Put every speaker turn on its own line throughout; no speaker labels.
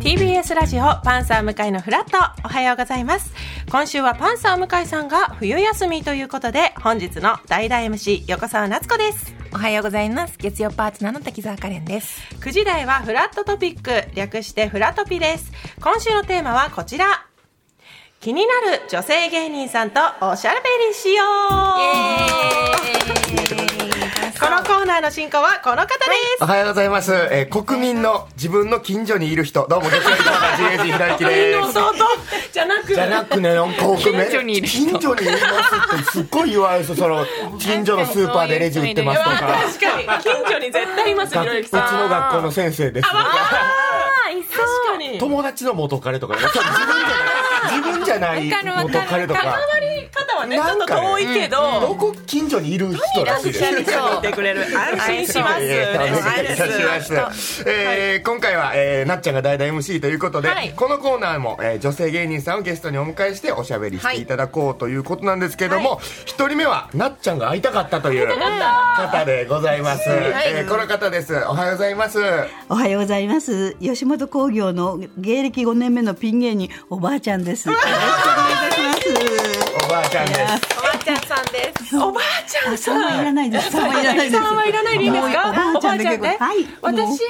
TBS ラジオパンサー向井のフラットおはようございます今週はパンサー向井さんが冬休みということで本日の代打 MC 横澤夏子です
おはようございます。月曜パートナーの滝沢カレンです。
9時台はフラットトピック略してフラトピです今週のテーマはこちら気になる女性芸人さんとおしゃべりしようこのコーナーの進行はこの方です、
おはようございます。えー国民の自分の近所にいる人。どうも、月曜日の自営人ひらりきです。
弟じゃなく
じゃなくね、なんか国民。
近所にいる人
近所にいますってすっごい言われるその、近所のスーパーでレジ売ってますと
まあ
か。
確かに 近所に絶対いますひろゆ
う
き
ち
さん
の学校の先生です。
確かに
友達の元彼とかね、そう自分じゃない、自分じゃない元彼と
関わ
か。
り方はねち
な
ょっ
ん
と
かね
遠いけ
ど
ど
こ近所にいる人らしいです。
近所にいてくれる安心します
いやいや
嬉しい
お願いいたしますえー今回は、えーなっちゃんが代々 MC ということで、
はい
このコーナーも、えー女性芸人さんをゲストにお迎えしておしゃべりしていただこうということなんですけども、一人目はなっちゃんが会いたかったという方でございます、えーこの方ですおはようございます
おはようございます。吉本興業の芸歴5年目のピン芸人おばあちゃんです。よろしくお願い いたします。
おばあちゃんです
おばあちゃんさんです。
おばあちゃん
あ、んはいらないです。三はいらないです。
さんはいらないでいいですか
おばあちゃんだけど、
ね
はい。もう
私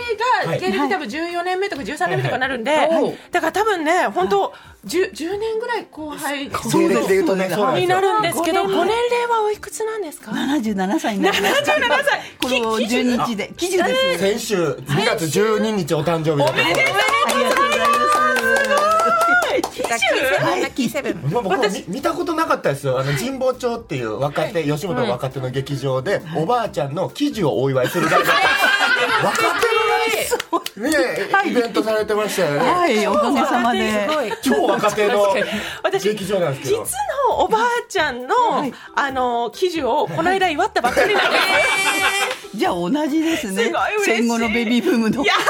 が芸歴多分14年目とか13年目とかなるんでだから多分ね本当10 10年ぐらい後輩
芸歴で言うとねそうなんで
に
すよ
なるんですけどご年齢はおいくつなんですか
77歳になりました。
77歳
この
き喜寿
12日で記事です。
先週2月12日お誕生日だった
ありがとうござい
ラッキーセブン、ラッキーセブン。
まあ、僕は見見たことなかったですよあの神保町っていう若手、吉本の若手の劇場で、おばあちゃんの喜寿をお祝いするライブ若手のライブねイベントされてましたよね、
ます。はい、おかげさまで。
超若手の
私
劇場なんですけ
実
ど
のおばあちゃんの、あの記事をこの間祝ったばっかりなんです、
じゃあ同じですね
すごい嬉しい
戦後のベビーブームの
いや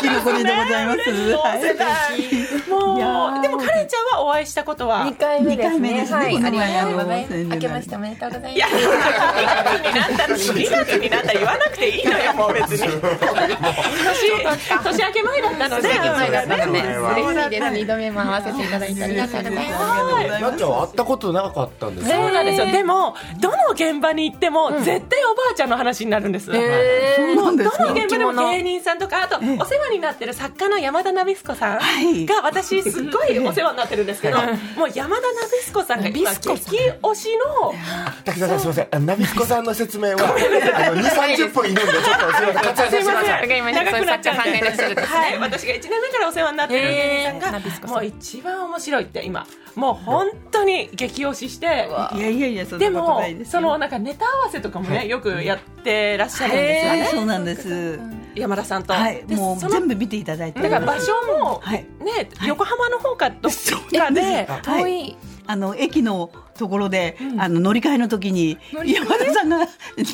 生き残りでございます。はい
ーもう
いやー
でもカレンちゃんはお会いしたことは
二回目です
二回目
ね。
ですね
はい、
こ
あ
の
り
前
がとうござい
あの
ます。明けましておめでとうござい
いや
ま
2
す。
月になったら2月になったら言わなくていいのよもう別に年年明け前だったので
明けましておめでとうございます
そうですね
嬉しいです。二度目も合わせていただいてありがとうございます。
なっちゃんは会ったことなかったんですよ
そうなんですよでもどの現場に行っても、絶対おばあちゃんの話になるんです、
そうなんです
どの
か。
現場でも芸人さんとかあとお世話になってる作家の山田ナビスコさん
はい
が私すっごいお世話になってるんですけどもう山田ナビスコさんが今激推しの
滝沢さんすいませんあのナビスコさんの説明は230分いるんでちょっとすいません割愛させてください
わかりました
長くなっちゃう
そういう作家さんがいらっしゃるんですね
はい、私が1年目からお世話になってる芸人さ
ナ
ん
ビス
が
コさん
もう一番面白いって今もう本当に激推しして
いやいやいや、そん
で
なこと
も
ないですよ。
そのなんかネタ合わせとかもねよくやってらっしゃるんですよ
はい、
ね
そうなんです。
山田さんと。
はい、
で
もう
その
全部見ていただいて。
だから場所も、
はい
ね、横浜の方かどっかで、
はい
遠い。
あの駅のところで、あの乗り換えの時に山田さんが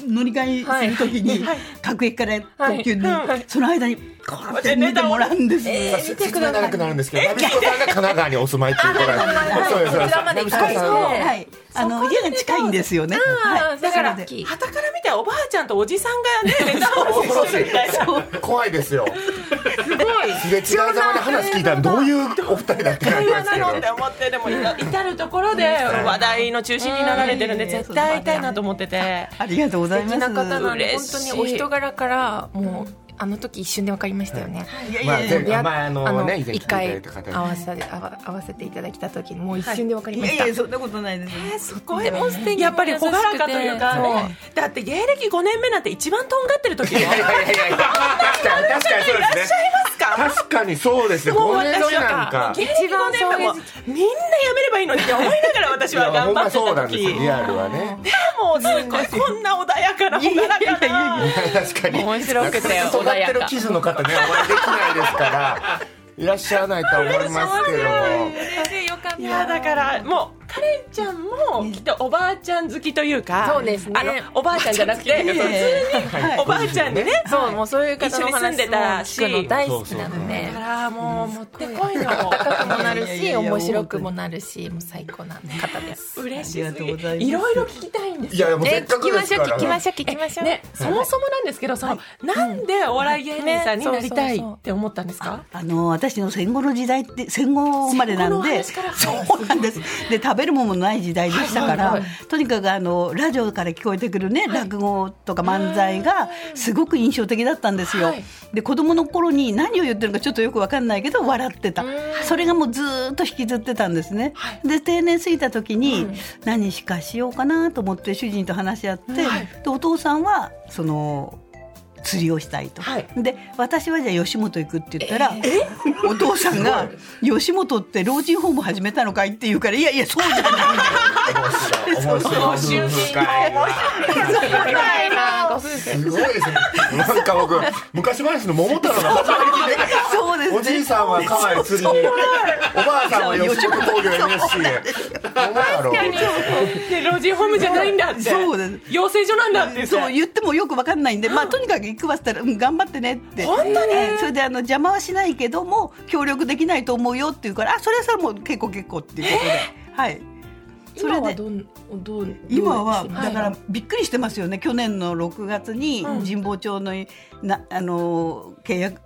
乗り換えする時に、各駅から特急に、
はい
その間にこうやって見てもらうんです。
説明長くなるんですけど、ナビスコさんが神奈川にお住まいっていうことなんです。そうです、そう
こ
です。
ちらま
ナ
で
ビ
行
ス
か
コ
れて
さん
そう
の
です
はい、あの家が近いんですよね。
あ
は
あ
い、
だから
なので
はたから見たらおばあちゃんとおじさんが ねネタ合わせしてるみたいな
怖いですよ。すれ違いざまで話聞いたらどういうお二人だって感
会
じ
話
ですけ
なのって
ど。
思ってでも至る所で話題の中心になられてるんで
うん
絶対会いたいなと思ってて。
ありがとうござい
素
ま
敵
す。
な方なんで、本
嬉
当
しい
にお人柄から、もう、あの時一瞬でわかりましたよね。
いやい
まあ
やいや
全部まああのね以前来てい
一
ただ
回
いた方
合
で
わせ合わ合わせていただきた時にもう一瞬でわかり
い
ま
や
し
い
た。
やそんなことないで
す
す。
ごいもうやっぱり朗らかというかねだって芸歴5年目なんて一番とんがってる時よ
いやいやいやいや確かに確かにそうですね。確かにそうですね。
もう
こ
私
れ
は
のなんか。
芸歴5年目もみんなやめればいいのにって思いながら私
い
は
や
頑
ほ
張
んま
ってた
そうなんです
時
よ。リアルはね。
もうすごいこんな穏やかな朗らかな
確かに。
面白くて
なかなか尖って
穏や
る
か
記事の方ね、お会いできないですから。いらっしゃらないとは思いますけども。
嬉しいよかった
いやだからもうカカレンちゃんもきっとおばあちゃん好きというか、
そうですね
あのおばあちゃんじゃなくて普 通におばあちゃんでね、
そう、もうそういう方
一緒
の
に住ん
話
で
も
たら
聞くの大好きなので
だか。らもうもってこいの
高くもなる
いやいやい
し、
や
面白くもなるし、もう最高な方です。
嬉
あ
し
り
す
がとうございます
ぎいろいろ聞きたいんです
いやいやもうせ
え
っか
聞
く
き
で
ますしょ
か
う、
ら
聞きましょう、聞きましょう。
ね、そもそもなんですけど、その、なんでお笑い芸人さんになりたいって思ったんですか。
あの私の戦後の時代って戦後生まれなので
戦後のお話から
そうなんですで食べるものもない時代でした
は
から、
いはいは
とにかくあのラジオから聞こえてくるね、落語とか漫才がすごく印象的だったんですよ、
はい
で子供の頃に何を言ってるのかちょっとよく分かんないけど笑ってたそれがもうずーっと引きずってたんですね、で定年過ぎた時に何しかしようかなと思って主人と話し合って、でお父さんはその釣りをしたいと、
はい
で私はじゃあ吉本行くって言ったら、お父さんが「吉本って老人ホーム始めたのかい?」って言うから「いやいやそうじゃない」
面白い面白い会話
あーご夫婦
すごいですねなんか僕昔話の桃太郎の始まり聞いてる
そうですね
おじいさんは川へ釣りにおばあさんは吉本興業 NSC へ桃太郎
で、老人ホームじゃないんだって。
そうです
養成所なんだって。
そう言ってもよくわかんないんで、まあ、とにかく行くわって言ったら「うん頑張ってね」って
本当に
えーそれであの邪魔はしないけども協力できないと思うよって言うから「あそれはそれもう結構結構」っていうことで、はいそれ
今は
で
どん、どう、
今は
どうです
だからびっくりしてますよね、去年の6月に神保町のなあの契約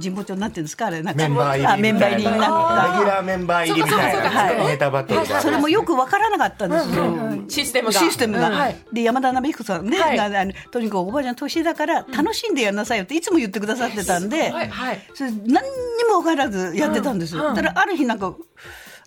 神保町なんていうんですかあれなんか
メンバー
あ
入
メ
り
ン
み
バー
たいなレギュ
入りになっ
ラーメンバー入りみたい
そうかそうかそう
な
か
ネタバトル
た
が
それもよくわからなかったんですよ、
システムが。
システムが、
うんはい
で山田鍋彦さんね、
はい
があのとにかくおばあちゃん年だから楽しんでやんなさいよっていつも言ってくださってたんで、
はい、はい。
それ何にも分からずやってたんですよ、
うんうん
だからある日なんか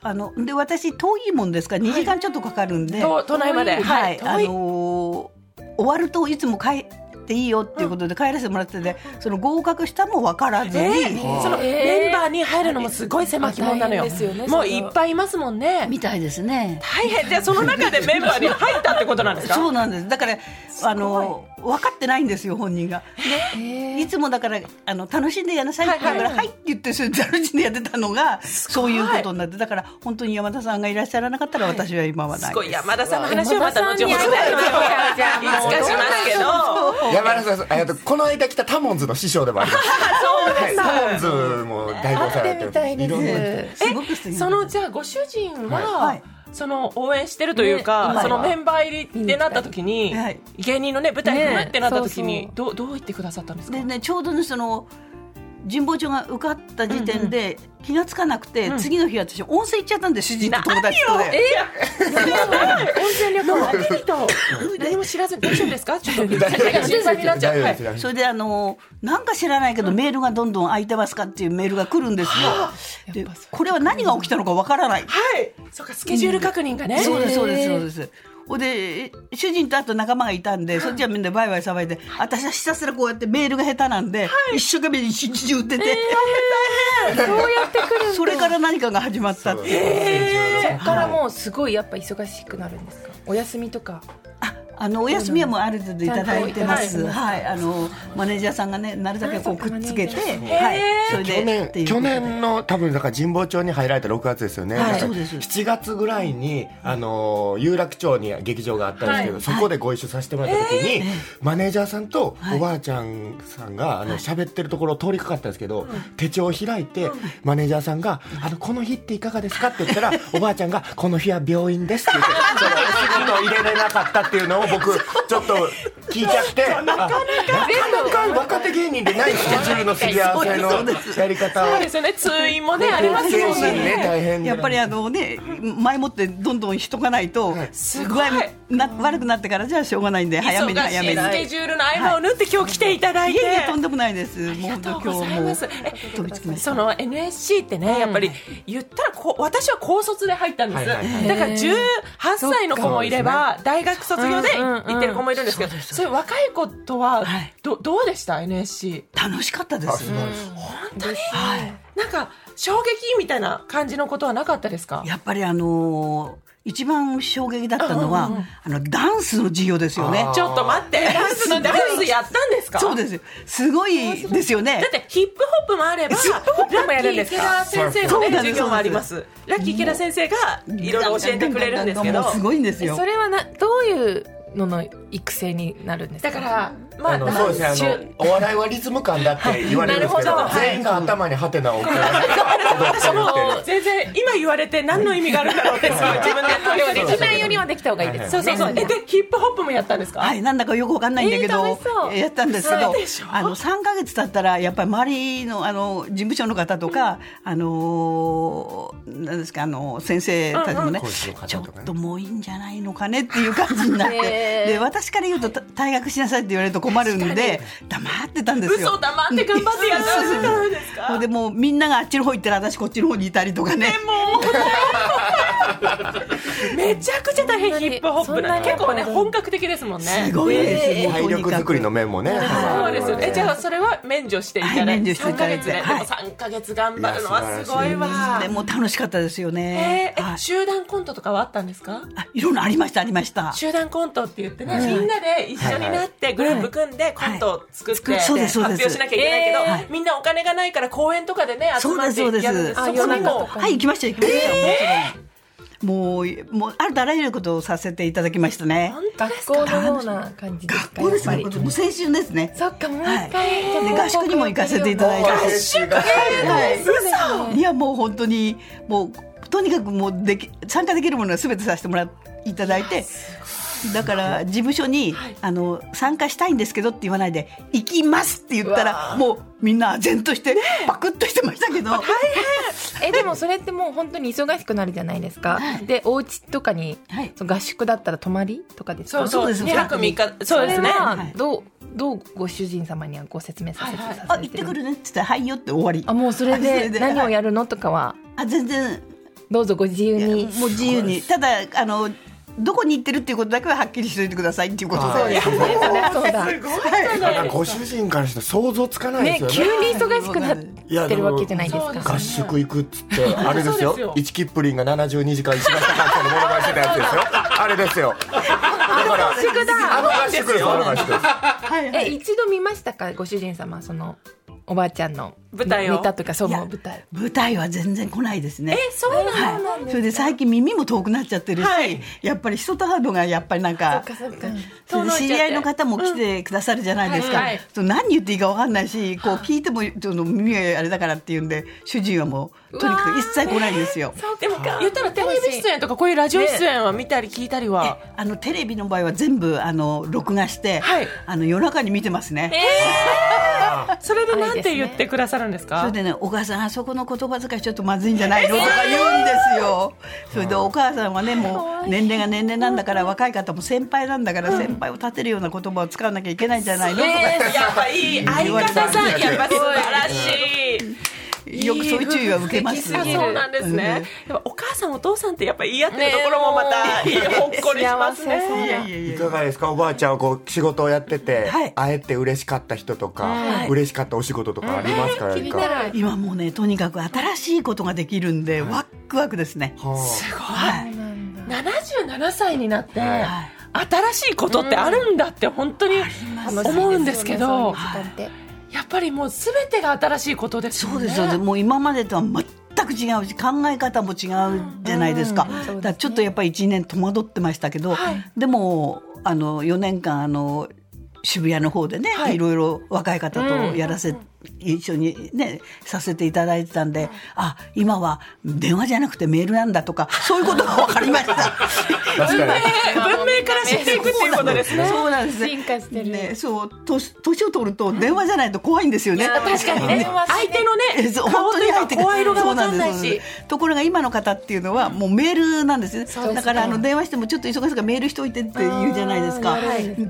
あので私遠いもんですから2時間ちょっとかかるんで、
と都内まで。
はい、あ
遠い。
のー終わるといつも帰っていいよっていうことで帰らせてもらってて、その合格したも分からずに、
えーそのメンバーに入るのもすごい狭き門なのよ
大変ですよね
もう
それ
い
は
っぱいいますもんね
みたいですね。
大変じゃあその中でメンバーに入ったってことなんですか
そうなんです。だからあのー分かってないんですよ本人が。でいつもだからあの楽しんでやんなさいって言うからはいって言ってそれで楽しんでやってたのがそういうことになってだから本当に山田さんがいらっしゃらなかったら私は今はない。
すごい山田さんの話はまた後ほどいつか
じゃあじゃあもう
しますけど
山田さんえっとこの間来たタモンズの師匠でもあります
そう
は
です
いタモンズも代表されてる
みたい
いろんな
です。
すごく素敵
そのじゃあご主人は、
はい
その応援してるというか、
ね
そのメンバー入りってなった時に、
はい
芸人のね舞台に
ね
ってなった時に、
そう
どうどう言ってくださったんですか
でねちょうどねその神保町が受かった時点で気がつかなくて、次の日私温泉行っちゃったんで主人と友達とで。
温泉旅 行悪い人何も知らずに大丈夫 ですかちょっと心配になっちゃう、はい
大丈夫です
それであのなんか知らないけどメールがどんどん空いてますかっていうメールが来るんですよ。でこれは何が起きたのかわからない。
はいそうかスケジュール確認がね、
そうですそうですそうです。ほんで主人とあと仲間がいたんでそっちはみんなバイバイ騒いで私はひたすらこうやってメールが下手なんで、一生懸命一日中打ってて、それから何かが始まったって
そ
いう
こからもうすごいやっぱ忙しくなるんですか。お休みとか。
あのお休みはもうある程度いただいてま
ちゃん
す。
と
はい、あのマネージャーさんがね、なるだけこうくっつけて、はい、それで
去年
っていう
去年の多分だから神保町に入られた6月ですよね、
はい
だから
そうです
7月ぐらいに、あのー有楽町に劇場があったんですけど、そこでご一緒させてもらった時に、マネージャーさんとおばあちゃんさんがあの喋ってるところを通りかかったんですけど、手帳を開いて、マネージャーさんが「あのこの日っていかがですか?」って言った らおばあちゃんが「この日は病院です」って言って そのお薬の入れれなかったっていうのを僕ちょっと聞いちゃって。あなかなか若手芸人でないスケジュールのすり合わせのやり方を
そうですよね通院もねあります
精
もん
神
ね
ね大変
やっぱりあのね、前もってどんどん人がないと、
すご
具
い
合もな悪くなってからじゃあしょうがないんで早めに
忙
早
し
め
い
に。
スケ
い
ジュールの合間を縫って今日来ていただいて
えいえとんでもないです。
あり
も
が
う
と
今
う
日
ござい
も
ます。
飛びつき
え
ました
その NSC ってね、やっぱり言ったらこう私は高卒で入ったんです。
はいはい
だ
は
から18歳の子もいれば、大学卒業で
うんうんうん
行ってる子もいるんですけど、そういう若い子とは、
はい
どどうでした NSC？
楽しかったです。はい。
なんか衝撃みたいな感じのことはなかったですか？
やっぱりあのー一番衝撃だったのは、あのダンスの授業ですよね
ちょっと待ってダンスのダンスやったんですか
そうですよすごいですよね
だってヒップホップもあれば
ヒップホップ
ラッキー池田先生
そ
のね
うなんです
授業もありますラッキー池田先生がいろいろ教えてくれるんですけど
もうすごいんです
え
よ
それはなどういうのの育成になるんですか
だからま
あ
あ
のそうですねあのお笑いはリズム感だって言われるんですけど
なるほど
全員が頭にハテナを置く
私も全然今言われて何の意味があるんだろうってすごい自分で問いを
できないよりはできた方がいいです
そう
よ
そ
ね
うそう。えでヒップホップもやったんですか。
はい、なんだかよくわかんないんだけ
えー
ど、
楽しそう
えーやったんですけど
そうでしょ、
あの三ヶ月経ったらやっぱり周りのあの事務所の方とか、あのーなんですかあの先生たちもね、
講師の方
ちょ
とかね
っともういいんじゃないのかねっていう感じになって、
へー
で私から言うとた退学しなさいって言われると困るんで黙ってたんですよ。
嘘黙って頑張ってやったんじゃないです
そ
か。
れ でもうみんながあっちの方行ったら私こっちの方にいたりとかね。
めちゃくちゃ大変ヒップホップな
そんなに
結構ね本格的ですもんね。
すごいですよ。
体力作りの
も
面もね
そうですよね。えじゃあそれは免除していた
は
だ
い
い
免
て
除してい
3
た
ヶ
だい
月
て
ででも
はい
3ヶ月頑張るのはすごい
とにか
わ
く。でもう楽しかったですよね
え。ー
は
え
い
集団コントとかはあったんですか。
あいろんなありましたありました。
集団コントって言ってね、みんなで一緒になってグループ組んでコントを作って、
はいはいそうです
発
そうです
表しなきゃいけないけど、
えー
はいみんなお金がないから公演とかでね集
そう
ま
で
っ
す
て
そ
や
う
る
で
んで
す。
すそ
そこ
こ
に
に
も
も
はい行きました行きました、もちろん。もうもうあるとあらゆることをさせていただきましたね。
学校のような感じですか
そうです
やっ
ね。も
ぱり
う青春ですね。
そっかもう一
はい
回、じゃあ
で合宿にも行かせていただいて。
合宿が
いやもう本当にもうとにかくもうでき参加できるものは全てさせてもらいただいてだから事務所に、あの参加したいんですけどって言わないで行きますって言ったらもうみんな唖然としてパクッとしてましたけど、
えでもそれってもう本当に忙しくなるじゃないですか、でお家とかに、
はい
その合宿だったら泊まりとかです
そ
か
うそう
そうで
2
す
泊3日そうですね
それは
はい
どうどうご主人様にはご説明させて、
はいはい
さ
あ
せ
行って
る
くるねって言ったらはいよって終わり
あもうそれ
あそ
で
れで
何をやるのとかは
あ全然
どうぞご自由に
もう自由にただあのどこに行ってるっていうことだけははっきりしといてくださいっていうこと
そう
で
ですね
そうだそうだ
なんかご主人からして想像つかないで
ね
すよ
急
ね
に忙しくなってるわけじゃないです
いやで
か
も
合宿行くっつってあれです
そうですよ
よ一キップリンが72時間一番高かったのモノマネしてたやつですよあれですよだから
合宿
あ
だ
の合宿ですあの合宿です
はいは
え
い
一度見ましたかご主人様そのおばあちゃんの
舞台を
ネタとかそうもう舞台
舞台は全然来ないですね
えそうなの、
はい、それで最近耳も遠くなっちゃってるし、
はい
やっぱり人と会うのがやっぱりなんか
そっかそっか
それで知り合いの方も来てくださるじゃないですか、
うんはい
そう何言っていいか分かんないしこう聞いてもその耳があれだからっていうんで主人はもうとにかく一切来ないんですよ。
でも言ったらテレビ出演とかこういうラジオ出演は見たり聞いたりは、
あのテレビの場合は全部あの録画して、
はい
あの夜中に見てますね。
それで
あ
なん
れです
て
ね
言ってくださるんです
そ
か
れでね、お母さん、あそこの言葉遣いちょっとまずいんじゃないのとか言うんですよ。それでお母さんはね、もう年齢が年齢なんだから、若い方も先輩なんだから、先輩を立てるような言葉を使わなきゃいけないんじゃないのとか、
えーやっぱいい相 方さんやっぱ素晴らしい
よくそういう注意は受けます
あそうなんですね、やっぱお母さんお父さんってやっぱ言い合ってるところもまたいいほっこりします
幸せそう
ね
いやいやい
い
や。
かがですかおばあちゃんはこう仕事をやってて、
はい
会えて嬉しかった人とか、嬉しかったお仕事とかありますから、なんか
今もうね、とにかく新しいことができるんで、ワックワクですね。
は
はい。
77歳になって、
はい
新しいことってあるんだって本当に思うんですけど、
はい
やっぱりもう全てが新しいことです
そ
も
うん
ね
ですよ、ね、もう今までとは全く違うし考え方も違うじゃないですか,、
うんうんそうですね
だからちょっとやっぱり1年戸惑ってましたけど、でもあの4年間あの渋谷の方でね、
はい
い、ろいろ若い方とやらせ、一緒にねさせていただいてたんであ今は電話じゃなくてメールなんだとかそういうことが分かりました
い、確かに
えー文明から知っていくっていうことですね
そうなんですね
進化してる
ねそう年年を取ると電話じゃないと怖いんですよね
確かにね相手の
え
ね
そう
顔
本
と
当に
いう
入
か
って
声色が
そう
分
な
か
んで
んない
すそうなん
し
ですところが今の方っていうのはもうメールなんです
う
ね
です
だからあの電話してもちょっと忙しいからメールしといてって言うじゃないですか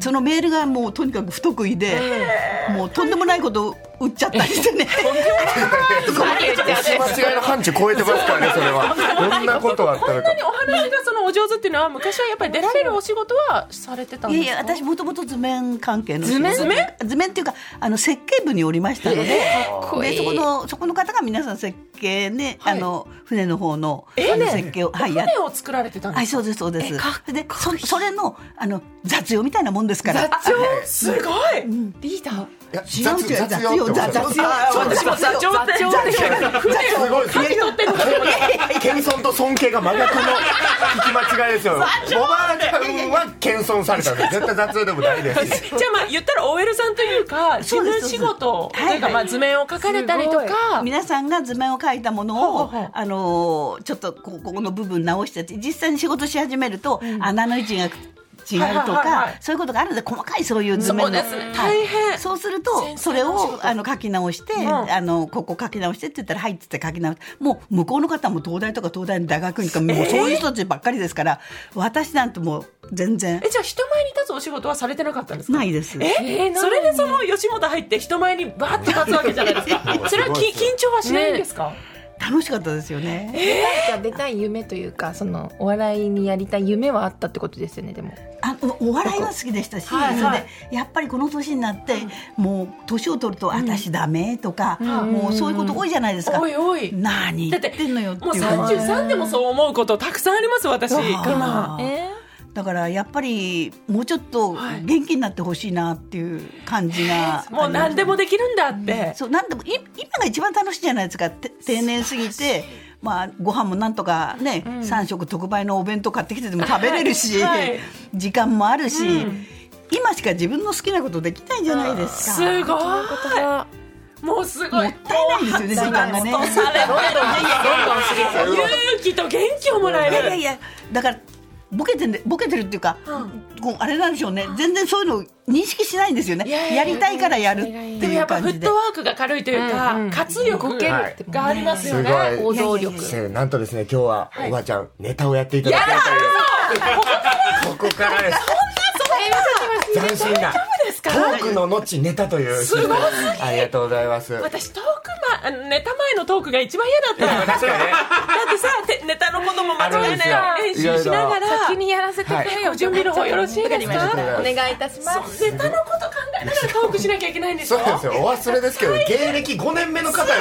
そのメールがもうとにかく不得意でもうとんでもないこと売っちゃったりして ね
間違いの範疇超えてますからねそれはこんなことあったのか
お話がそのお上手っていうのは昔はやっぱり出られるお仕事はされてたん
い
で
や
すか
いや私もともと図面関係の
図面
図面図面っていうかあの設計部におりましたので,、
こいい
でそこのそこの方が皆さん設計ね、
はい
あの船の方の
え
あの設計を、はい、やっ
船を作られてたん
は
で
い、
す
そうです、そうです。で、そ、それの、あの、雑用みたいなもんですから。
座長
すごい
リーダー
いや
違うんですよ
雑用っておっしゃってます
雑用雑用
あー
そうで
私
す
も座長って
座長って
すごいですね謙遜と尊敬が真逆の聞き間違いですよおばあちゃんは謙遜されたんです絶対雑用でもないです
じゃあまあ言ったら OL さんというか事
そうで
務
す
仕事と
そうです
いうかまあ図面を描かれたりと
す
か
皆さんが図面を描いたものを
ほうほうほう
あのーちょっとこここの部分直してって実際に仕事し始めると、穴の位置が違うと
はいはいは
か
い
そういうことがあるので細かいそういう図
そ
面
う
の
ですね
は
大
い
変
そうする
繊
とそ
細
れ
なお仕事
をあの書き直して、
ん
あのここ書き直してって言ったら「はい」っつって書き直してもう向こうの方も東大とか東大の大学院とかもうそういう人たちばっかりですから、私なんてもう全然
えじゃあ人前に立つお仕事はされてなかったんですか
ないです。
え
えーなのに
それでその吉本入って人前にバーって立つわけじゃないです かそれはき緊張はしないんですか
楽しかったですよね。
なんか出たい夢というかそのお笑いにやりたい夢はあったってことですよねでも
あおお笑いは好きでしたし、
はい
それ
は
で
い
やっぱりこの年になって、もう年を取ると「私ダメ」とか、もうそういうこと多いじゃないですか。
おいおい
何言ってんのよって
もう
いう感じ
33でもそう思うことたくさんあります私今
あーだからやっぱりもうちょっと元気になってほしいなっていう感じが、
もう何でもできるんだって
そうなんでもい今が一番楽しいじゃないですかて定年過ぎて、まあ、ご飯もなんとかね、3食特売のお弁当買ってきてでも食べれるし、
はいはい
時間もある
う
し、
ん
今しか自分の好きなことできないじゃないですか。
すごいもうすごい
もったいないですよね時間がね。
落とされてる
う
勇
わ
気と元気をもらえ
いやいや
る
いやだからボケてんでボケてるっていうか、こうあれなんでしょうね全然そういうのを認識しないんですよね
いやいや
やりたいからやるって
でも
い
や
う
っぱフ
感じ
ッ
で
トワークが軽いというか、活力
ける
はい
っても
がありますよ
す
ね。
行
ごい
動力
先生なんとですね今日は
はい
おばあちゃんネタをやっていただきたいというここからです斬新な
です
ト
から
ークの後ネタという
すごすぎ
ありがとうございます
私トークまあのネタ前のトークが一番嫌だったよだっ
確かにね
てさてネタのことも間違えな
あ
い
るんで
練
すよ
習しながら
先にやらせてく
は
れ
い
よ
お準備の方よろしいですか
わりましたお願いいたしま
そう
す
ネタのこと考えながらトークしなきゃいけないんです
そ
よ
うですよお忘れですけど芸歴5年目の方で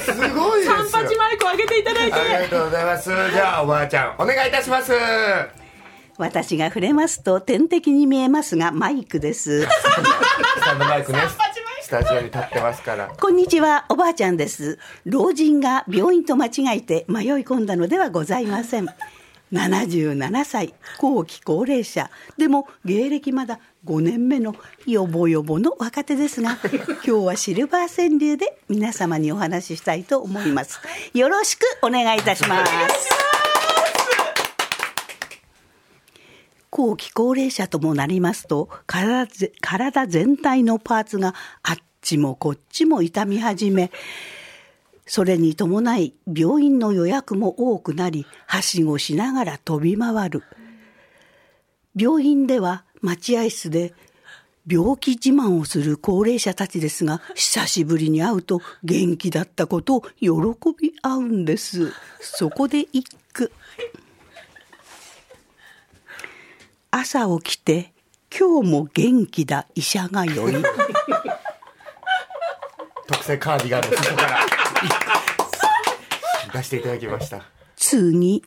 すからすごいですよ
カンパチマイクを上げていただいて
ありがとうございます。じゃあおばあちゃんお願いいたします。
私が触れますと天敵に見えますがマイクです。
スタンドマイクね。スタジオに立ってますから。
こんにちは、おばあちゃんです。老人が病院と間違えて迷い込んだのではございません。77歳、後期高齢者。でも、芸歴まだ5年目のよぼよぼの若手ですが、今日はシルバー川柳で皆様にお話ししたいと思います。よろしくお願いいたします。後期高齢者ともなりますと体ぜ体全体のパーツがあっちもこっちも痛み始めそれに伴い病院の予約も多くなりはしごしながら飛び回る病院では待合室で病気自慢をする高齢者たちですが久しぶりに会うと元気だったことを喜び合うんですそこで一句朝起きて今日も元気だ医者がよい
特製カーディガンのここから出していただきました。
次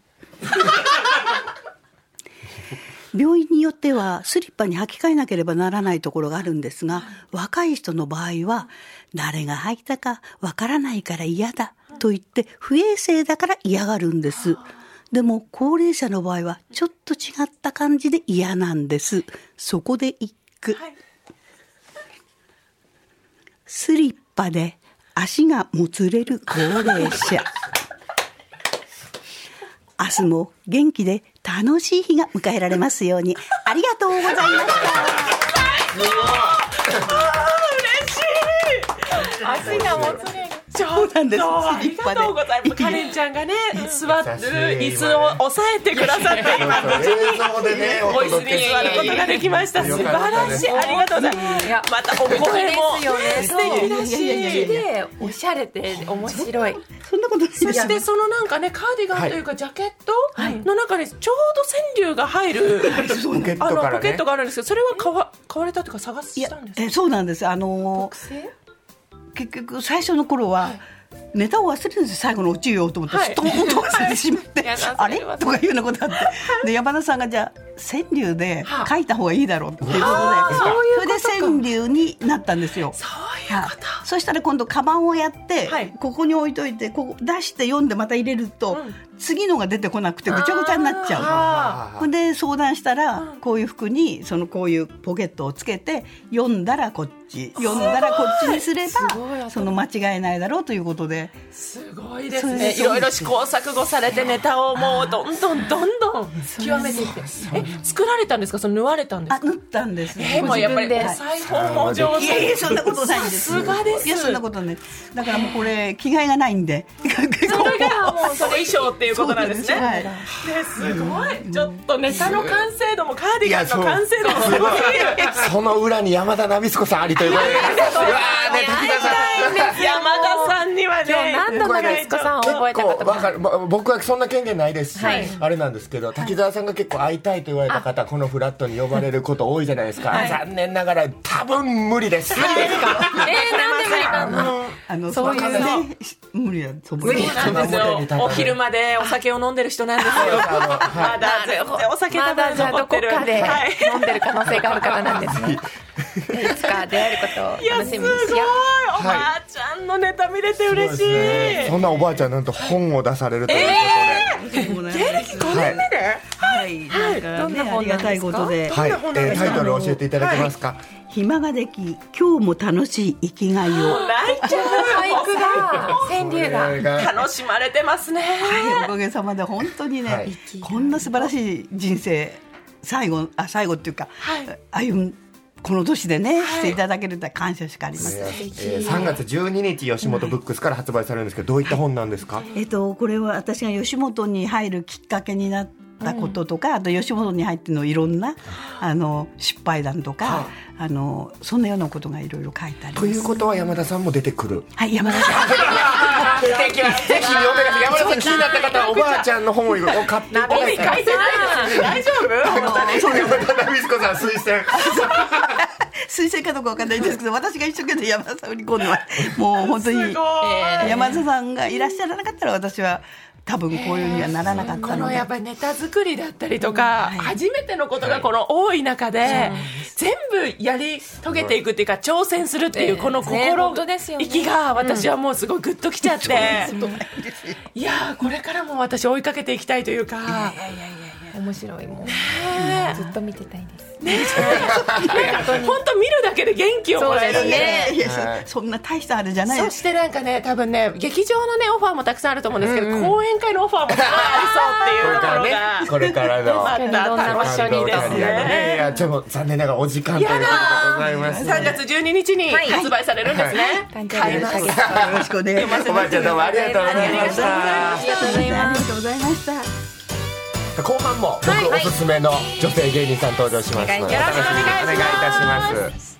病院によってはスリッパに履き替えなければならないところがあるんですが若い人の場合は誰が履いたかわからないから嫌だと言って不衛生だから嫌がるんですでも高齢者の場合はちょっと違った感じで嫌なんですそこで一句、
はい
スリッパで足がもつれる高齢者。明日も元気で楽しい日が迎えられますよう に。ありがとうございました。
上手
なんです
そうあ
ス
り
リッ
が
パで
とうございます。カレンちゃんがね、座ってる椅子を押さえてくださって、今、
映像でね、お
ボイス
届
に
け
座ることができました。素
よ
晴
かった
ら
です
しい。ありがとうございます。またお声も素敵だ
素敵
し。
でおしゃれで面白い。
そんなことない
そしてそのなんかねカーディガンというかジャケットの中にちょうど川柳が入る
ポケッ
あ
ト
の
から
ポケッ
ね
ト。があるんですけどそれは買わ買われたというか探したんです
えそうなんですあのー結局最初の頃は、ネタを忘れるんです最後の落ちようと思って、
はい
ストーンと忘れてしま って、
はいいや
あ
そ
れ
れは
とかいうようなことあってで山田さんがじゃあ川柳で書いた方がいいだろうっていうことで、それで川柳になったんですよ。
そういうこ
はいそしたら今度カバンをやって、
はい
ここに置いといてここ出して読んでまた入れると、
う
次のが出てこなくてぐちゃぐちゃになっち
と
ゃう。
あ
ほんで相談したら、こういう服にそのこういうポケットをつけて読んだらこっち読んだらこっちにすればその間違えないだろうということで
ーすごいです
そう
ね
で
い
す
ろいろ試行錯誤されてネタをもうどんどんどんどん極めていってえ作られたんですかその縫われたんです
あ
か
縫ったんです。
えーもうやっぱりお裁縫も上
いやい
手
やそんなことないんです。
さすがです
いやそんなことない。だからもうこれ着替えがないんで。
それ がもうそれ衣装っていうことなんです
そうなん
ね
で。
ですごい。ちょっとネタの完成度もカーディガンの完成度もすごい。
その裏に山田ナビスコさんありという ことで。うわーね、滝田さん。
山田さんにはね。
今日何度ナビスコさんを覚えたかと
結構わ
思
かる、ま僕はそんな権限ないですし、あれなんですけど滝沢さんが結構会いたいと言われた方、このフラットに呼ばれること多いじゃないですか、残念ながら多分無理です
えー、なんで無理なの
あの
そういうの
ね無理だと思
そ
う。
うなんです
表に立た
よ。
ない
お昼までお酒を飲んでる人なんですよ。まだ全然お酒
ま
食べ
だじゃあ
残
ど
って
こ
る。
かで
はい
飲んでる可能性がある方なんですね。いつか出会えることを楽しみに
す
し
ごい
よう。
おばあちゃんのネタ見れて嬉しい。
そんなおばあちゃんなんと本を出されるということで、
芸歴5年目で
はい。なんかねありがたいことで。
はい、えータイトルを教えていただけますか、
暇ができ今日も楽しい生きがいを。
泣いちゃう。
俳句が、川柳が。
楽しまれてますね。
おかげさまで本当にね、
はい
こんな素晴らしい人生最後あ最後っていうか、
はい
歩むこの年でね、していただけるとは感謝しかありません。
えー、3月12日吉本ブックスから発売されるんですけどどういった本なんですか、
えっと、これは私が吉本に入るきっかけになったこととか、あと吉本に入ってのいろんなあの失敗談とか、あのそんなようなことがいろいろ書いてありま
と
す。
いうことは山田さんも出てくる
はい山田さん
ぜひ読んでください山田さん気になった方はおばあちゃんの本を買っていただ
帯書
い
いて
て
ないですよ大丈夫
山田美津子さん推薦
推薦かどうかわかんないですけど私が一生懸命山田さんを売り込んでますもう本当
すご
に
い
山田さんがいらっしゃらなかったら私は多分こういうにはならなかった
こ
の
の
で
やっぱりネタ作りだったりとか、初めてのことがこの多い中で、全部やり遂げていくっていうか、挑戦するっていう、この
ね
心、
本当ですよね
意気が、私はもうすごいグッときちゃって、いやー、これからも私追いかけていきたいというか、
面白いもん。ずっと見てたいです。
本当見るだけで元気をもらえる
そうですね
ね。
いやいやそそんな大したあれじゃない
そしてなんかね、多分ね、劇場のね、オファーもたくさんあると思うんですけど、講演会のオファーもたくさんありそうっていうところが。
これからの
また楽しみです
いやい
ね。
やちょっと残念ながらお時間ということでございます
3月12日に発売されるんですね。
誕生日のおかげであ
よろしくお願いします
おばあちゃんどうもありがとうございまし
り
た
がとうござい
あ
ま
り
す。
がとうございました
後半も僕おすすめの女性芸人さん登場しますので
よろ
お
しくお願いします
楽しみにお願いいたします